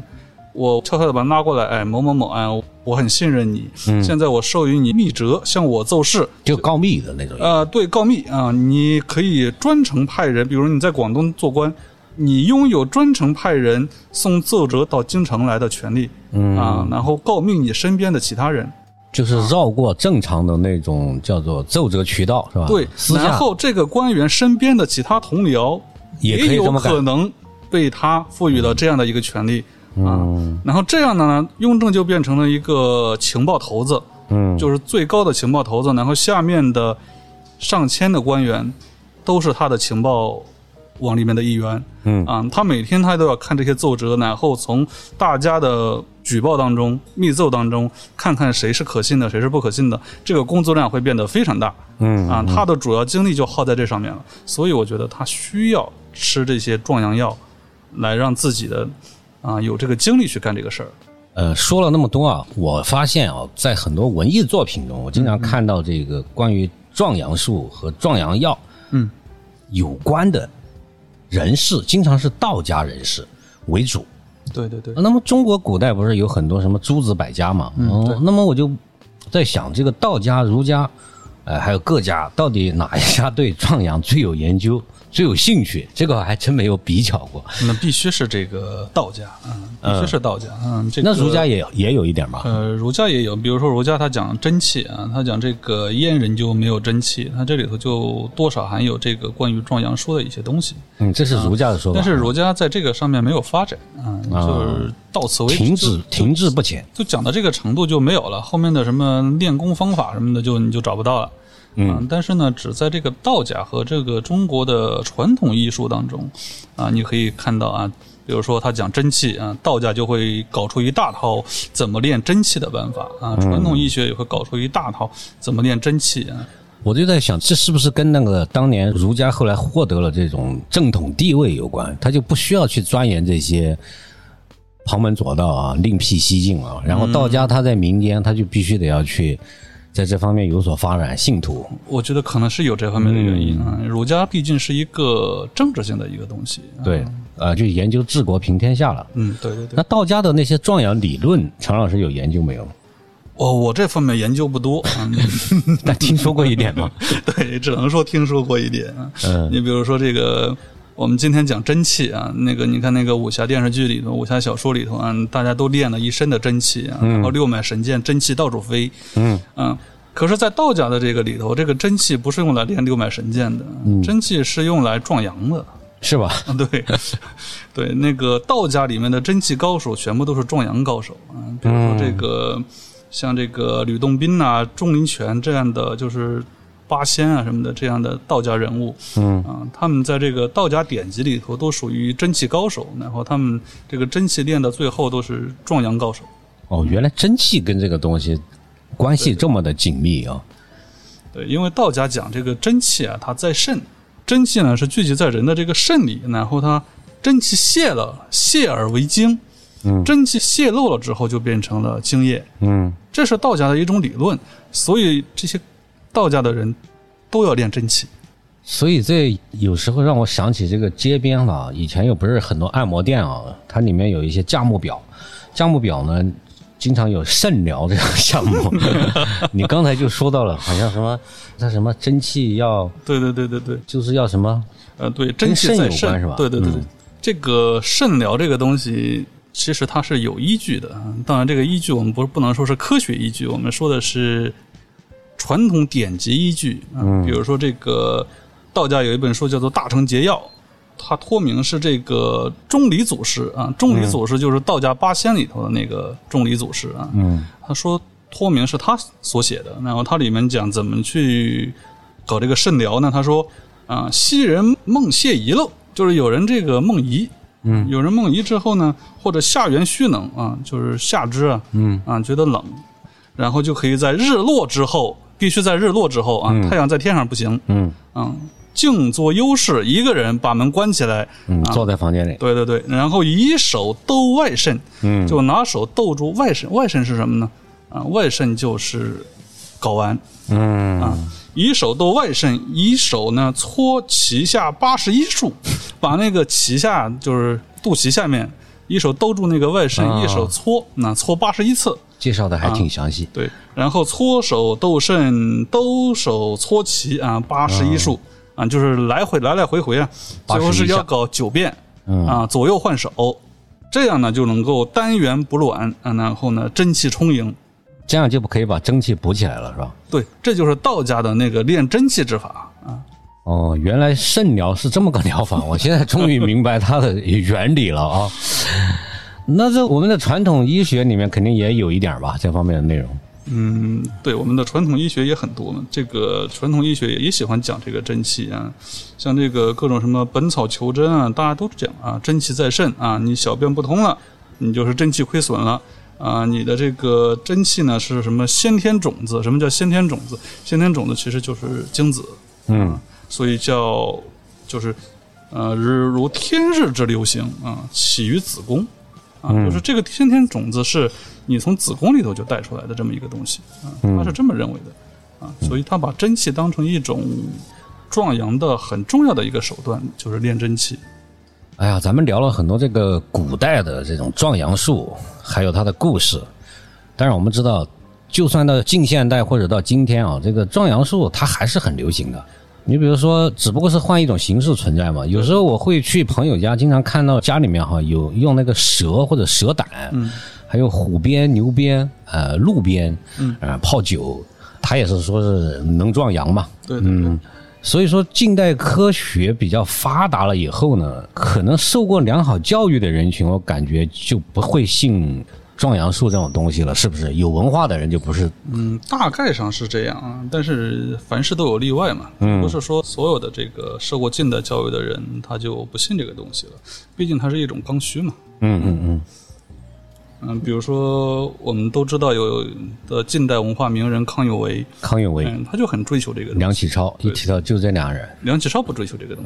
Speaker 2: 我悄悄的把他拉过来，哎，某某某，哎，我很信任你，现在我授予你密折，向我奏事，
Speaker 1: 就告密的那种。
Speaker 2: 呃，对，告密啊、你可以专程派人，比如你在广东做官，你拥有专程派人送奏折到京城来的权利，嗯啊、然后告密你身边的其他人，
Speaker 1: 就是绕过正常的那种叫做奏折渠道，是吧？
Speaker 2: 对，
Speaker 1: 私
Speaker 2: 然
Speaker 1: 下
Speaker 2: 后这个官员身边的其他同僚
Speaker 1: 也可以
Speaker 2: 有
Speaker 1: 这么干
Speaker 2: 可能被他赋予了这样的一个权利。
Speaker 1: 嗯
Speaker 2: 啊，然后这样呢，雍正就变成了一个情报头子，
Speaker 1: 嗯，
Speaker 2: 就是最高的情报头子，然后下面的上千的官员都是他的情报网里面的一员。
Speaker 1: 嗯
Speaker 2: 啊，他每天他都要看这些奏折，然后从大家的举报当中、密奏当中看看谁是可信的，谁是不可信的。这个工作量会变得非常大。
Speaker 1: 嗯
Speaker 2: 啊，他的主要精力就耗在这上面了，所以我觉得他需要吃这些壮阳药，来让自己的啊有这个精力去干这个事儿。
Speaker 1: 呃，说了那么多啊，我发现啊，在很多文艺作品中，我经
Speaker 2: 嗯
Speaker 1: 常看到这个关于壮阳术和壮阳药
Speaker 2: 嗯
Speaker 1: 有关的人士，经常是道家人士为主。
Speaker 2: 对对对，
Speaker 1: 那么中国古代不是有很多什么诸子百家嘛？
Speaker 2: 嗯对
Speaker 1: 哦，那么我就在想，这个道家、儒家，呃，还有各家，到底哪一家对壮阳最有研究、最有兴趣？这个我还真没有比较过。
Speaker 2: 那必须是这个道家，嗯，必须是道家，嗯，这个
Speaker 1: 那儒家也也有一点吧？
Speaker 2: 呃，儒家也有，比如说儒家他讲真气啊，他讲这个阉人就没有真气，他这里头就多少含有这个关于壮阳说的一些东西，
Speaker 1: 嗯，这是儒家的说法。
Speaker 2: 啊但是儒家在这个上面没有发展，嗯，就是到此为止，
Speaker 1: 停
Speaker 2: 就
Speaker 1: 滞停滞不前。
Speaker 2: 就讲到这个程度就没有了，后面的什么练功方法什么的就你就找不到了。啊
Speaker 1: 嗯，
Speaker 2: 但是呢，只在这个道家和这个中国的传统艺术当中，啊，你可以看到啊，比如说他讲真气啊，道家就会搞出一大套怎么练真气的办法啊，
Speaker 1: 嗯
Speaker 2: 传统医学也会搞出一大套怎么练真气啊，
Speaker 1: 我就在想，这是不是跟那个当年儒家后来获得了这种正统地位有关？他就不需要去钻研这些旁门左道啊、另辟蹊径啊。然后道家他在民间，他就必须得要去在这方面有所发展，信徒。
Speaker 2: 我觉得可能是有这方面的原
Speaker 1: 嗯
Speaker 2: 因啊。儒家毕竟是一个政治性的一个东西，啊，
Speaker 1: 对，呃，就研究治国平天下了。
Speaker 2: 嗯，对对对。
Speaker 1: 那道家的那些壮阳理论，常老师有研究没 有？
Speaker 2: 我我这方面研究 不多，嗯
Speaker 1: 但听说过一点吗？
Speaker 2: 对，只能说听说过一点。啊
Speaker 1: 嗯
Speaker 2: 你比如说这个，我们今天讲真气啊，那个你看那个武侠电视剧里头、武侠小说里头啊，大家都练了一身的真气啊，然后六脉神剑，真气到处飞。
Speaker 1: 嗯
Speaker 2: 可是，在道家的这个里头，这个真气不是用来练六脉神剑的，
Speaker 1: 嗯
Speaker 2: 真气是用来壮阳的。
Speaker 1: 是吧？
Speaker 2: 啊， 对，对，那个道家里面的真气高手全部都是壮阳高手啊，比如说这个、像这个吕洞宾呐、钟灵泉这样的，就是八仙啊什么的这样的道家人物，
Speaker 1: 嗯
Speaker 2: 啊，他们在这个道家典籍里头都属于真气高手，然后他们这个真气练到最后都是壮阳高手。
Speaker 1: 哦，原来真气跟这个东西关系这么的紧密啊！
Speaker 2: 对，因为道家讲这个真气啊，它在肾，真气呢是聚集在人的这个肾里，然后它真气泄了，泄而为精，
Speaker 1: 嗯
Speaker 2: 真气泄露了之后就变成了精液，
Speaker 1: 嗯，
Speaker 2: 这是道家的一种理论，所以这些道家的人都要练真气。
Speaker 1: 所以这有时候让我想起这个街边啊，以前又不是很多按摩店啊，它里面有一些价目表，价目表呢经常有肾疗这个项目。你刚才就说到了，好像什么那什么蒸汽要
Speaker 2: 对对对对对，
Speaker 1: 就是要什么，
Speaker 2: 呃，对，真气
Speaker 1: 跟肾
Speaker 2: 在
Speaker 1: 有关是吧
Speaker 2: 对对对对，
Speaker 1: 嗯
Speaker 2: 这个肾疗这个东西，其实它是有依据的。当然，这个依据我们不不能说是科学依据，我们说的是传统典籍依据。嗯，比如说这个道家有一本书叫做《大成捷要》。它托名是这个钟离祖师啊，钟离
Speaker 1: 嗯
Speaker 2: 祖师就是道家八仙里头的那个钟离祖师啊。
Speaker 1: 嗯
Speaker 2: 他说托名是他所写的，然后他里面讲怎么去搞这个肾疗呢？他说啊、西人梦谢遗漏，就是有人这个梦遗。嗯，有人梦遗之后呢，或者下元虚冷啊，就是下肢啊，嗯啊，觉得冷，然后就可以在日落之后，必须在日落之后啊，太阳在天上不行，
Speaker 1: 嗯
Speaker 2: 嗯，静坐优势，一个人把门关起来，
Speaker 1: 嗯，坐在房间里，
Speaker 2: 对对对，然后以手兜外肾，
Speaker 1: 嗯
Speaker 2: 就拿手兜住外肾。外肾是什么呢？啊，外肾就是睾丸
Speaker 1: 嗯
Speaker 2: 啊。以手兜外肾，以手呢 搓脐下八十一数，把那个脐下就是肚脐下面一手兜住那个外肾，
Speaker 1: 啊
Speaker 2: 一手搓，那搓八十一次。
Speaker 1: 介绍的还挺详细。
Speaker 2: 对，然后搓手斗肾，兜手搓脐啊，八十一术
Speaker 1: 嗯
Speaker 2: 啊，就是来回来来回回啊，最后
Speaker 1: 81
Speaker 2: 是要
Speaker 1: 下
Speaker 2: 搞九遍
Speaker 1: 嗯
Speaker 2: 啊，左右换手，这样呢就能够单元补卵啊，然后呢真气充盈。
Speaker 1: 这样就不可以把蒸汽补起来了，是吧？
Speaker 2: 对，这就是道家的那个练真气之法啊。
Speaker 1: 哦，原来肾疗是这么个疗法，我现在终于明白它的原理了啊。那这我们的传统医学里面肯定也有一点吧，这方面的内容。
Speaker 2: 嗯，对，我们的传统医学也很多嘛，这个传统医学也喜欢讲这个真气啊，像这个各种什么《本草求真》啊，大家都讲啊，真气在肾啊，你小便不通了，啊你就是真气亏损了。啊，你的这个真气呢是什么先天种子？什么叫先天种子？先天种子其实就是精子，
Speaker 1: 嗯，
Speaker 2: 所以叫就是呃，如如天日之流行啊，起于子宫啊，就是这个先天种子是你从子宫里头就带出来的这么一个东西啊，
Speaker 1: 嗯
Speaker 2: 他是这么认为的啊，所以他把真气当成一种壮阳的很重要的一个手段，就是练真气。
Speaker 1: 哎呀，咱们聊了很多这个古代的这种壮阳术，还有它的故事。但是我们知道，就算到近现代或者到今天啊，这个壮阳术它还是很流行的。你比如说，只不过是换一种形式存在嘛。有时候我会去朋友家，经常看到家里面哈有用那个蛇或者蛇胆，还有虎鞭、牛鞭、呃鹿鞭，呃泡酒，它也是说是能壮阳嘛。
Speaker 2: 对对
Speaker 1: 嗯
Speaker 2: 对，
Speaker 1: 所以说，近代科学比较发达了以后呢，可能受过良好教育的人群，我感觉就不会信壮阳术这种东西了，是不是？有文化的人就不是，
Speaker 2: 嗯，大概上是这样啊，但是凡事都有例外嘛，
Speaker 1: 嗯
Speaker 2: 不是说所有的这个受过近代教育的人他就不信这个东西了，毕竟它是一种刚需嘛。
Speaker 1: 嗯嗯嗯，
Speaker 2: 嗯，比如说我们都知道有的近代文化名人康有为，
Speaker 1: 康有为、
Speaker 2: 嗯，他就很追求这个东西。
Speaker 1: 梁启超一提到就这俩人，
Speaker 2: 梁启超不追求这个东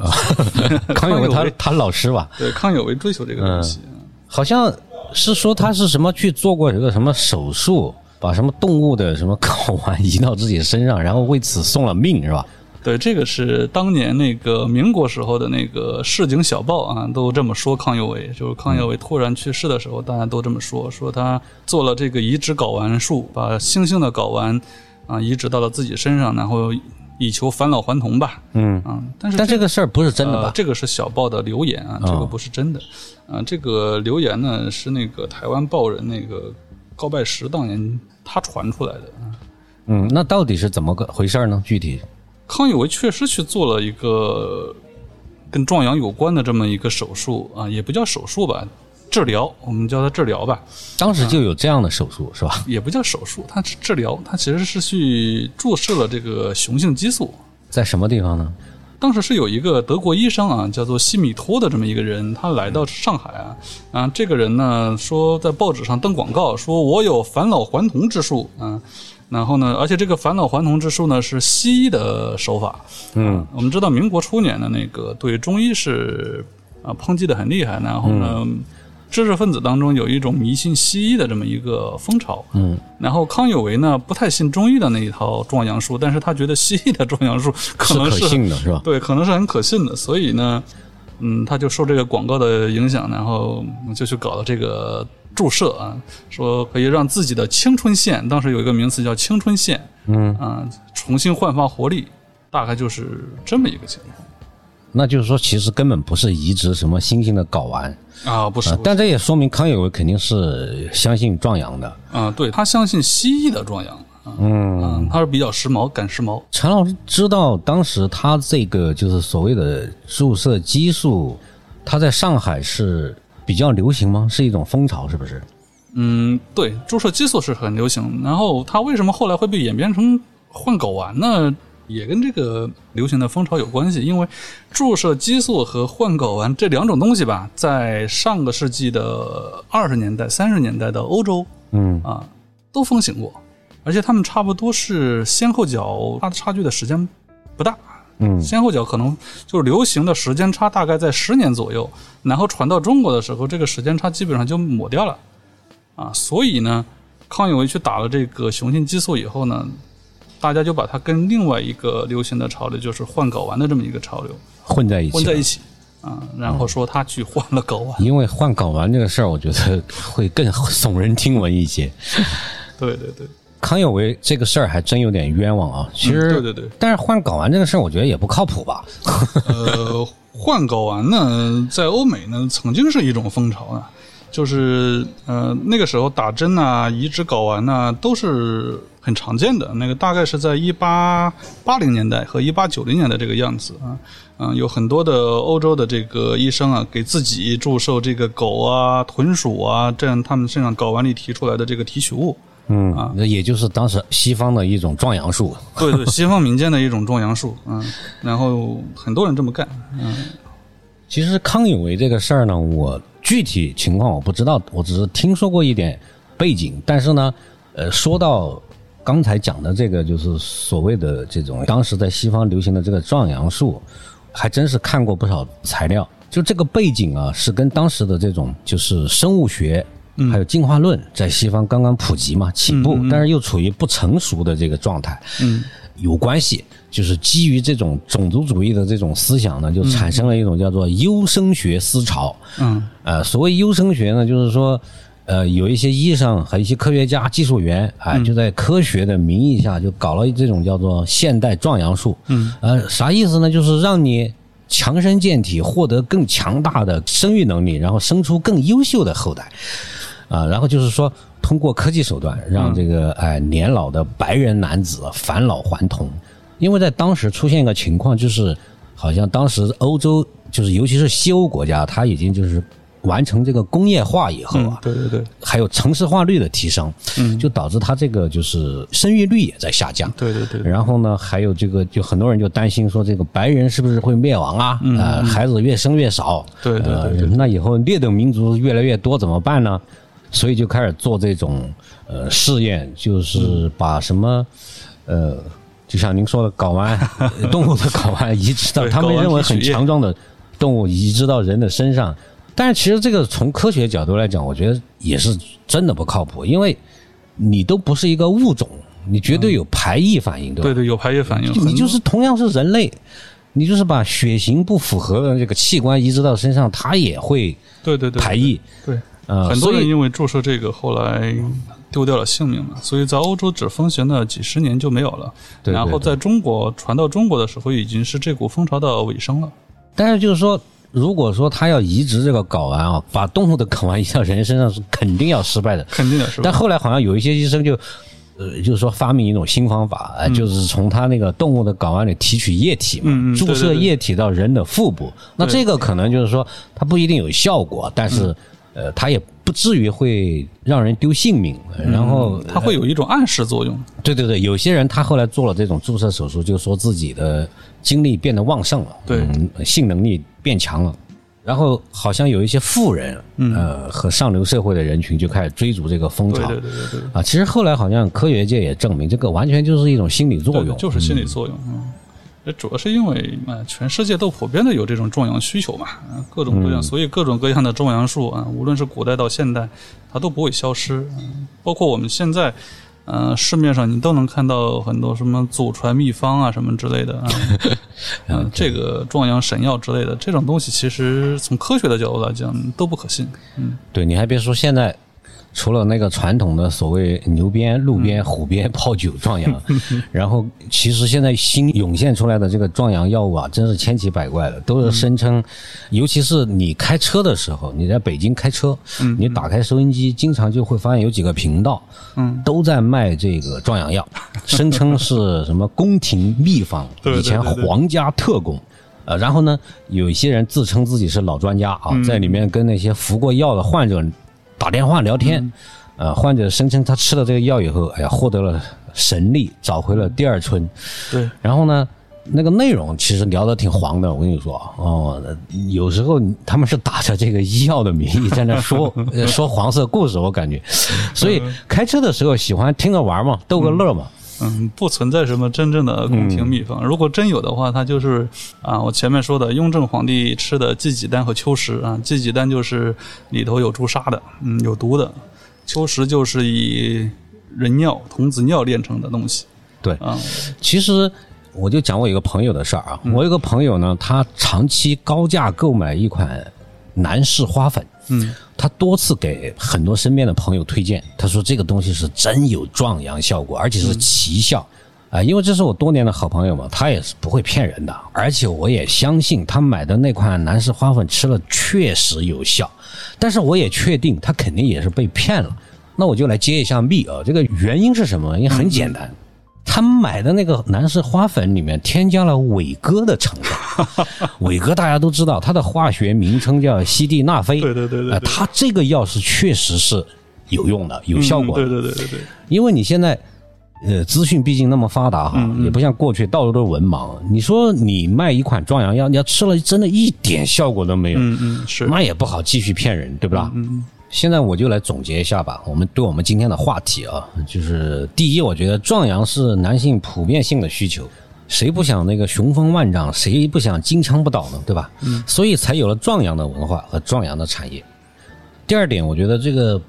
Speaker 2: 西，
Speaker 1: 康有为
Speaker 2: 康有
Speaker 1: 他
Speaker 2: 为
Speaker 1: 他老师吧，
Speaker 2: 对，康有为追求这个东西。
Speaker 1: 好像是说他是什么去做过一个什么手术，把什么动物的什么睾丸移到自己身上，然后为此送了命，是吧？
Speaker 2: 对，这个是当年那个民国时候的那个市井小报啊，都这么说康有为，就是康有为突然去世的时候，大家都这么说，说他做了这个移植睾丸术，把猩猩的睾丸啊移植到了自己身上，然后以求返老还童吧。
Speaker 1: 嗯，
Speaker 2: 啊，但是
Speaker 1: 但这个事儿不是真的
Speaker 2: 呃
Speaker 1: 吧？
Speaker 2: 这个是小报的留言啊，这个
Speaker 1: 哦
Speaker 2: 不是真的。啊、这个留言呢是那个台湾报人那个高拜石当年他传出来的。
Speaker 1: 嗯，那到底是怎么个回事儿呢？具体？
Speaker 2: 康有为确实去做了一个跟壮阳有关的这么一个手术啊，也不叫手术吧，治疗，我们叫它治疗吧，
Speaker 1: 当时就有这样的手术是吧？
Speaker 2: 也不叫手术，它是治疗，它其实是去注射了这个雄性激素。
Speaker 1: 在什么地方呢？
Speaker 2: 当时是有一个德国医生啊，叫做西米托的这么一个人，他来到上海啊，啊，这个人呢说在报纸上登广告，说我有返老还童之术，啊，然后呢，而且这个返老还童之术呢是西医的手法，啊
Speaker 1: 嗯，
Speaker 2: 我们知道民国初年的那个对中医是啊抨击的很厉害，然后呢。
Speaker 1: 嗯
Speaker 2: 知识分子当中有一种迷信西医的这么一个风潮，
Speaker 1: 嗯，
Speaker 2: 然后康有为呢不太信中医的那一套壮阳术，但是他觉得西医的壮阳术可
Speaker 1: 是
Speaker 2: 能
Speaker 1: 可
Speaker 2: 是
Speaker 1: 信的是吧？
Speaker 2: 对，可能是很可信的。所以呢，嗯，他就受这个广告的影响，然后就去搞了这个注射啊，说可以让自己的青春线，当时有一个名词叫青春线，
Speaker 1: 嗯
Speaker 2: 啊、重新焕发活力，大概就是这么一个情
Speaker 1: 那就是说，其实根本不是移植什么新兴的睾丸，
Speaker 2: 况啊，不是
Speaker 1: 呃，但这也说明康有为肯定是相信壮阳的。
Speaker 2: 啊、对他相信西医的壮阳，
Speaker 1: 嗯，
Speaker 2: 嗯，他是比较时髦，赶时髦，
Speaker 1: 陈老师知道当时他这个就是所谓的注射激素，他在上海是比较流行吗？是一种风潮是不是？
Speaker 2: 嗯，对，注射激素是很流行。然后它为什么后来会被演变成换睾丸呢？也跟这个流行的风潮有关系，因为注射激素和换睾丸这两种东西吧，在上个世纪的二十年代、三十年代的欧洲
Speaker 1: 嗯
Speaker 2: 啊，都风行过，而且他们差不多是先后脚，它的差距的时间不大，
Speaker 1: 嗯
Speaker 2: 先后脚可能就是流行的时间差大概在十年左右，然后传到中国的时候，这个时间差基本上就抹掉了，啊，所以呢，康有为去打了这个雄性激素以后呢，大家就把它跟另外一个流行的潮流，就是换睾丸的这么一个潮流
Speaker 1: 混在一起，
Speaker 2: 混在一。起，啊，然后说他去换了睾丸。
Speaker 1: 因为换睾丸这个事儿，我觉得会更耸人听闻一些。
Speaker 2: 对对对，
Speaker 1: 康有为这个事儿还真有点冤枉啊。其实，
Speaker 2: 嗯对对对
Speaker 1: 但是换睾丸这个事儿，我觉得也不靠谱吧。
Speaker 2: 呃，换睾丸呢，在欧美呢，曾经是一种风潮呢，就是呃那个时候打针呐、移植睾丸呐、都是很常见的。那个大概是在一八八零年代和一八九零年代这个样子啊，嗯、有很多的欧洲的这个医生啊，给自己注射这个狗啊、豚鼠啊，这样他们身上睾丸里提出来的这个提取物。
Speaker 1: 嗯，那也就是当时西方的一种壮阳术。
Speaker 2: 对 对，西方民间的一种壮阳术， 嗯，然后很多人这么干，嗯，
Speaker 1: 其实康有为这个事儿呢，我具体情况我不知道，我只是听说过一点背景。但是呢，呃，说到刚才讲的这个，就是所谓的这种当时在西方流行的这个壮阳术，还真是看过不少材料。就这个背景啊，是跟当时的这种就是生物学。还有进化论在西方刚刚普及嘛，起步，但是又处于不成熟的这个状态，
Speaker 2: 嗯，
Speaker 1: 有关系。就是基于这种种族主义的这种思想呢，就产生了一种叫做优生学思潮。
Speaker 2: 嗯，
Speaker 1: 呃，所谓优生学呢，就是说，呃，有一些医生和一些科学家、技术员，哎、就在科学的名义下，就搞了这种叫做现代壮阳术。
Speaker 2: 嗯，
Speaker 1: 呃，啥意思呢？就是让你强身健体，获得更强大的生育能力，然后生出更优秀的后代。啊、然后就是说，通过科技手段，让这个哎、年老的白人男子返老还童。因为在当时出现一个情况，就是好像当时欧洲，就是尤其是西欧国家，它已经就是完成这个工业化以后啊，
Speaker 2: 嗯对对对
Speaker 1: 还有城市化率的提升，
Speaker 2: 嗯
Speaker 1: 就导致它这个就是生育率也在下降。
Speaker 2: 对对对，
Speaker 1: 然后呢，还有这个，就很多人就担心说，这个白人是不是会灭亡啊？
Speaker 2: 嗯
Speaker 1: 呃，
Speaker 2: 嗯
Speaker 1: 孩子越生越少，
Speaker 2: 对对对
Speaker 1: 呃，那以后劣等民族越来越多怎么办呢？所以就开始做这种呃试验，就是把什么呃，就像您说的睾丸 动物的睾丸移植到
Speaker 2: 对
Speaker 1: 他们
Speaker 2: 睾丸
Speaker 1: 认为
Speaker 2: 提取
Speaker 1: 很
Speaker 2: 液
Speaker 1: 强壮的动物移植到人的身上。但是其实这个从科学角度来讲，我觉得也是真的不靠谱，因为你都不是一个物种，你绝对有排异反应，对吧？
Speaker 2: 对对有排液反应，
Speaker 1: 你就是同样是人类，你就是把血型不符合的这个器官移植到身上，它也会
Speaker 2: 对对对
Speaker 1: 排异。
Speaker 2: 对，
Speaker 1: 呃，
Speaker 2: 很多
Speaker 1: 所
Speaker 2: 人
Speaker 1: 以
Speaker 2: 因为注射这个后来丢掉了性命嘛，所以在欧洲只风行了几十年就没有了，
Speaker 1: 对对
Speaker 2: 然后
Speaker 1: 对
Speaker 2: 在中国传到中国的时候，已经是这股风潮的尾声了。
Speaker 1: 但是就是说，如果说他要移植这个睾丸啊，把动物的睾丸移到人身上是肯定要失败的。
Speaker 2: 肯定的是吧
Speaker 1: 但？后来好像有一些医生就，呃，就是说发明一种新方法，呃就是从他那个动物的睾丸里提取液体嘛，
Speaker 2: 嗯嗯嗯
Speaker 1: 注
Speaker 2: 对
Speaker 1: 射
Speaker 2: 对对
Speaker 1: 液体到人的腹部。那这个可能就是说，它不一定有效果，但
Speaker 2: 嗯
Speaker 1: 是，呃，它也不至于会让人丢性命。然后，
Speaker 2: 它会有一种暗示作用，
Speaker 1: 对对对，有些人他后来做了这种注射手术，就说自己的精力变得旺盛了，
Speaker 2: 对
Speaker 1: 嗯，性能力变强了。然后好像有一些富人，呃，和上流社会的人群就开始追逐这个风
Speaker 2: 嗯对
Speaker 1: 潮，
Speaker 2: 对对对对
Speaker 1: 啊，其实后来好像科学界也证明，这个完全就是一种心理作
Speaker 2: 对，
Speaker 1: 用，
Speaker 2: 就是心理作用。嗯这主要是因为呃，全世界都普遍的有这种壮阳需求嘛，呃各种各样，所以各种各样的壮阳术啊，无论是古代到现代，它都不会消失。嗯包括我们现在，呃，市面上你都能看到很多什么祖传秘方啊，什么之类的啊，嗯，这个壮阳神药之类的这种东西，其实从科学的角度来讲都不可信。 嗯，
Speaker 1: 对，你还别说，现在除了那个传统的所谓牛鞭、路
Speaker 2: 嗯
Speaker 1: 边、虎鞭泡酒壮阳， 然后其实现在新涌现出来的这个壮阳药物啊，真是千奇百怪的，都
Speaker 2: 嗯
Speaker 1: 是声称，尤其是你开车的时候，你在北京开车，你打开收音机，经常就会发现有几个频道，
Speaker 2: 嗯，
Speaker 1: 都在卖这个壮阳 药，声称是什么宫廷秘方，
Speaker 2: 对对
Speaker 1: 以前
Speaker 2: 对对
Speaker 1: 皇家特供。呃，然后呢，有一些人自称自己是老专家啊，
Speaker 2: 嗯
Speaker 1: 在里面跟那些服过药的患者打电话聊天，
Speaker 2: 嗯
Speaker 1: 呃，患者声称他吃了这个药以后，哎呀，获得了神力，找回了第二春。
Speaker 2: 对，
Speaker 1: 然后呢，那个内容其实聊得挺黄的，我跟你说啊哦，有时候他们是打着这个医药的名义在那说呃说黄色故事，我感觉，所以开车的时候喜欢听个玩嘛，逗个乐嘛，
Speaker 2: 嗯，不存在什么真正的宫廷秘
Speaker 1: 嗯
Speaker 2: 方。如果真有的话，它就是啊，我前面说的雍正皇帝吃的祭己丹和秋实啊，祭己丹就是里头有朱砂的，嗯，有毒的；秋实就是以人尿、童子尿炼成的东西
Speaker 1: 对，
Speaker 2: 啊。
Speaker 1: 其实我就讲我有个朋友的事儿啊，我有个朋友呢，他长期高价购买一款男士花粉，
Speaker 2: 嗯，
Speaker 1: 他多次给很多身边的朋友推荐，他说这个东西是真有壮阳效果，而且是奇效。啊，因为这是我多年的好朋友嘛，他也是不会骗人的，而且我也相信他买的那款男士花粉吃了确实有效，但是我也确定他肯定也是被骗了。那我就来揭一下密啊，这个原因是什么？因为很简单，他买的那个男士花粉里面添加了伟哥的成分，伟哥大家都知道，它的化学名称叫西地那非，
Speaker 2: 对对对对对
Speaker 1: 呃它这个药是确实是有用的，有效果的，
Speaker 2: 嗯对对对对对，
Speaker 1: 因为你现在。呃，资讯毕竟那么发达哈，
Speaker 2: 嗯
Speaker 1: 也不像过去到处都是文盲。你说你卖一款壮阳药，你要吃了真的一点效果都没有，
Speaker 2: 嗯嗯是，
Speaker 1: 那也不好继续骗人，对吧？
Speaker 2: 嗯
Speaker 1: 现在我就来总结一下吧，我们对我们今天的话题啊，就是第一，我觉得壮阳是男性普遍性的需求，谁不想那个雄风万丈，谁不想金枪不倒呢，对吧？
Speaker 2: 嗯
Speaker 1: 所以才有了壮阳的文化和壮阳的产业。第二点，我觉得这个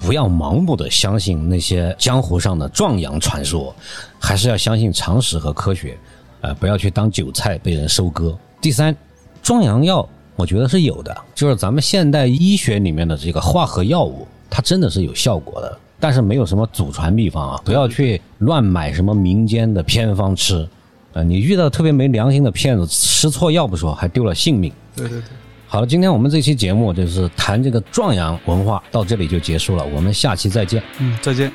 Speaker 1: 不要盲目的相信那些江湖上的壮阳传说，还是要相信常识和科学，呃，不要去当韭菜被人收割。第三，壮阳药我觉得是有的，就是咱们现代医学里面的这个化合药物，它真的是有效果的，但是没有什么祖传秘方啊，不要去乱买什么民间的偏方吃。呃，你遇到特别没良心的骗子，吃错药不说，还丢了性命。
Speaker 2: 对对对，
Speaker 1: 好了，今天我们这期节目就是谈这个壮阳文化，到这里就结束了，我们下期再见。
Speaker 2: 嗯再见。